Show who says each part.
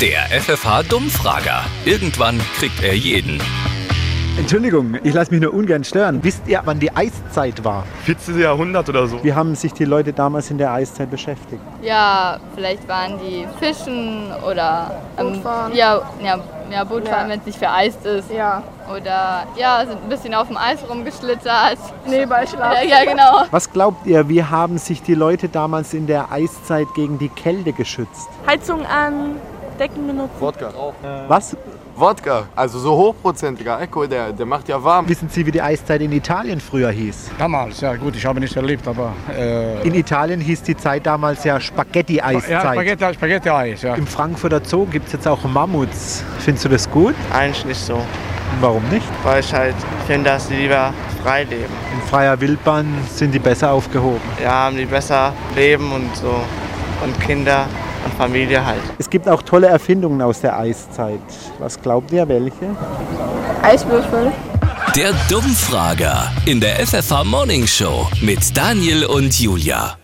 Speaker 1: Der FFH-Dummfrager. Irgendwann kriegt er jeden.
Speaker 2: Entschuldigung, ich lasse mich nur ungern stören. Wisst ihr, wann die Eiszeit war?
Speaker 3: 14. Jahrhundert oder so.
Speaker 2: Wie haben sich die Leute damals in der Eiszeit beschäftigt?
Speaker 4: Ja, vielleicht waren die Fischen oder ähm,
Speaker 5: Bootfahren.
Speaker 4: ja, ja, ja, Bootfahren,
Speaker 5: Ja.
Speaker 4: wenn es nicht vereist ist.
Speaker 5: Ja,
Speaker 4: Oder ja, sind ein bisschen auf dem Eis rumgeschlittert.
Speaker 5: Schneeballschlacht.
Speaker 4: Ja, ja, genau.
Speaker 2: Was glaubt ihr, wie haben sich die Leute damals in der Eiszeit gegen die Kälte geschützt?
Speaker 6: Heizung an, Decken benutzen.
Speaker 7: Wodka.
Speaker 2: Was?
Speaker 7: Wodka, also so hochprozentiger Alkohol, der, der macht ja warm.
Speaker 2: Wissen Sie, wie die Eiszeit in Italien früher hieß?
Speaker 8: Damals, ja gut, ich habe nicht erlebt, aber äh,
Speaker 2: In Italien hieß die Zeit damals ja
Speaker 8: ja,
Speaker 2: Spaghetti-Eiszeit.
Speaker 8: Spaghetti, Spaghetti Eis, ja.
Speaker 2: Im Frankfurter Zoo gibt es jetzt auch Mammuts. Findest du das gut?
Speaker 9: Eigentlich nicht so,
Speaker 2: Warum nicht?
Speaker 9: weil ich halt finde, dass die lieber frei leben.
Speaker 2: In freier Wildbahn sind die besser aufgehoben.
Speaker 9: Ja, haben die besser Leben und so. Und Kinder und Familie halt.
Speaker 2: Es gibt auch tolle Erfindungen aus der Eiszeit. Was glaubt ihr, welche?
Speaker 5: Eiswürfel.
Speaker 1: Der Dummfrager in der FFH Morning Show mit Daniel und Julia.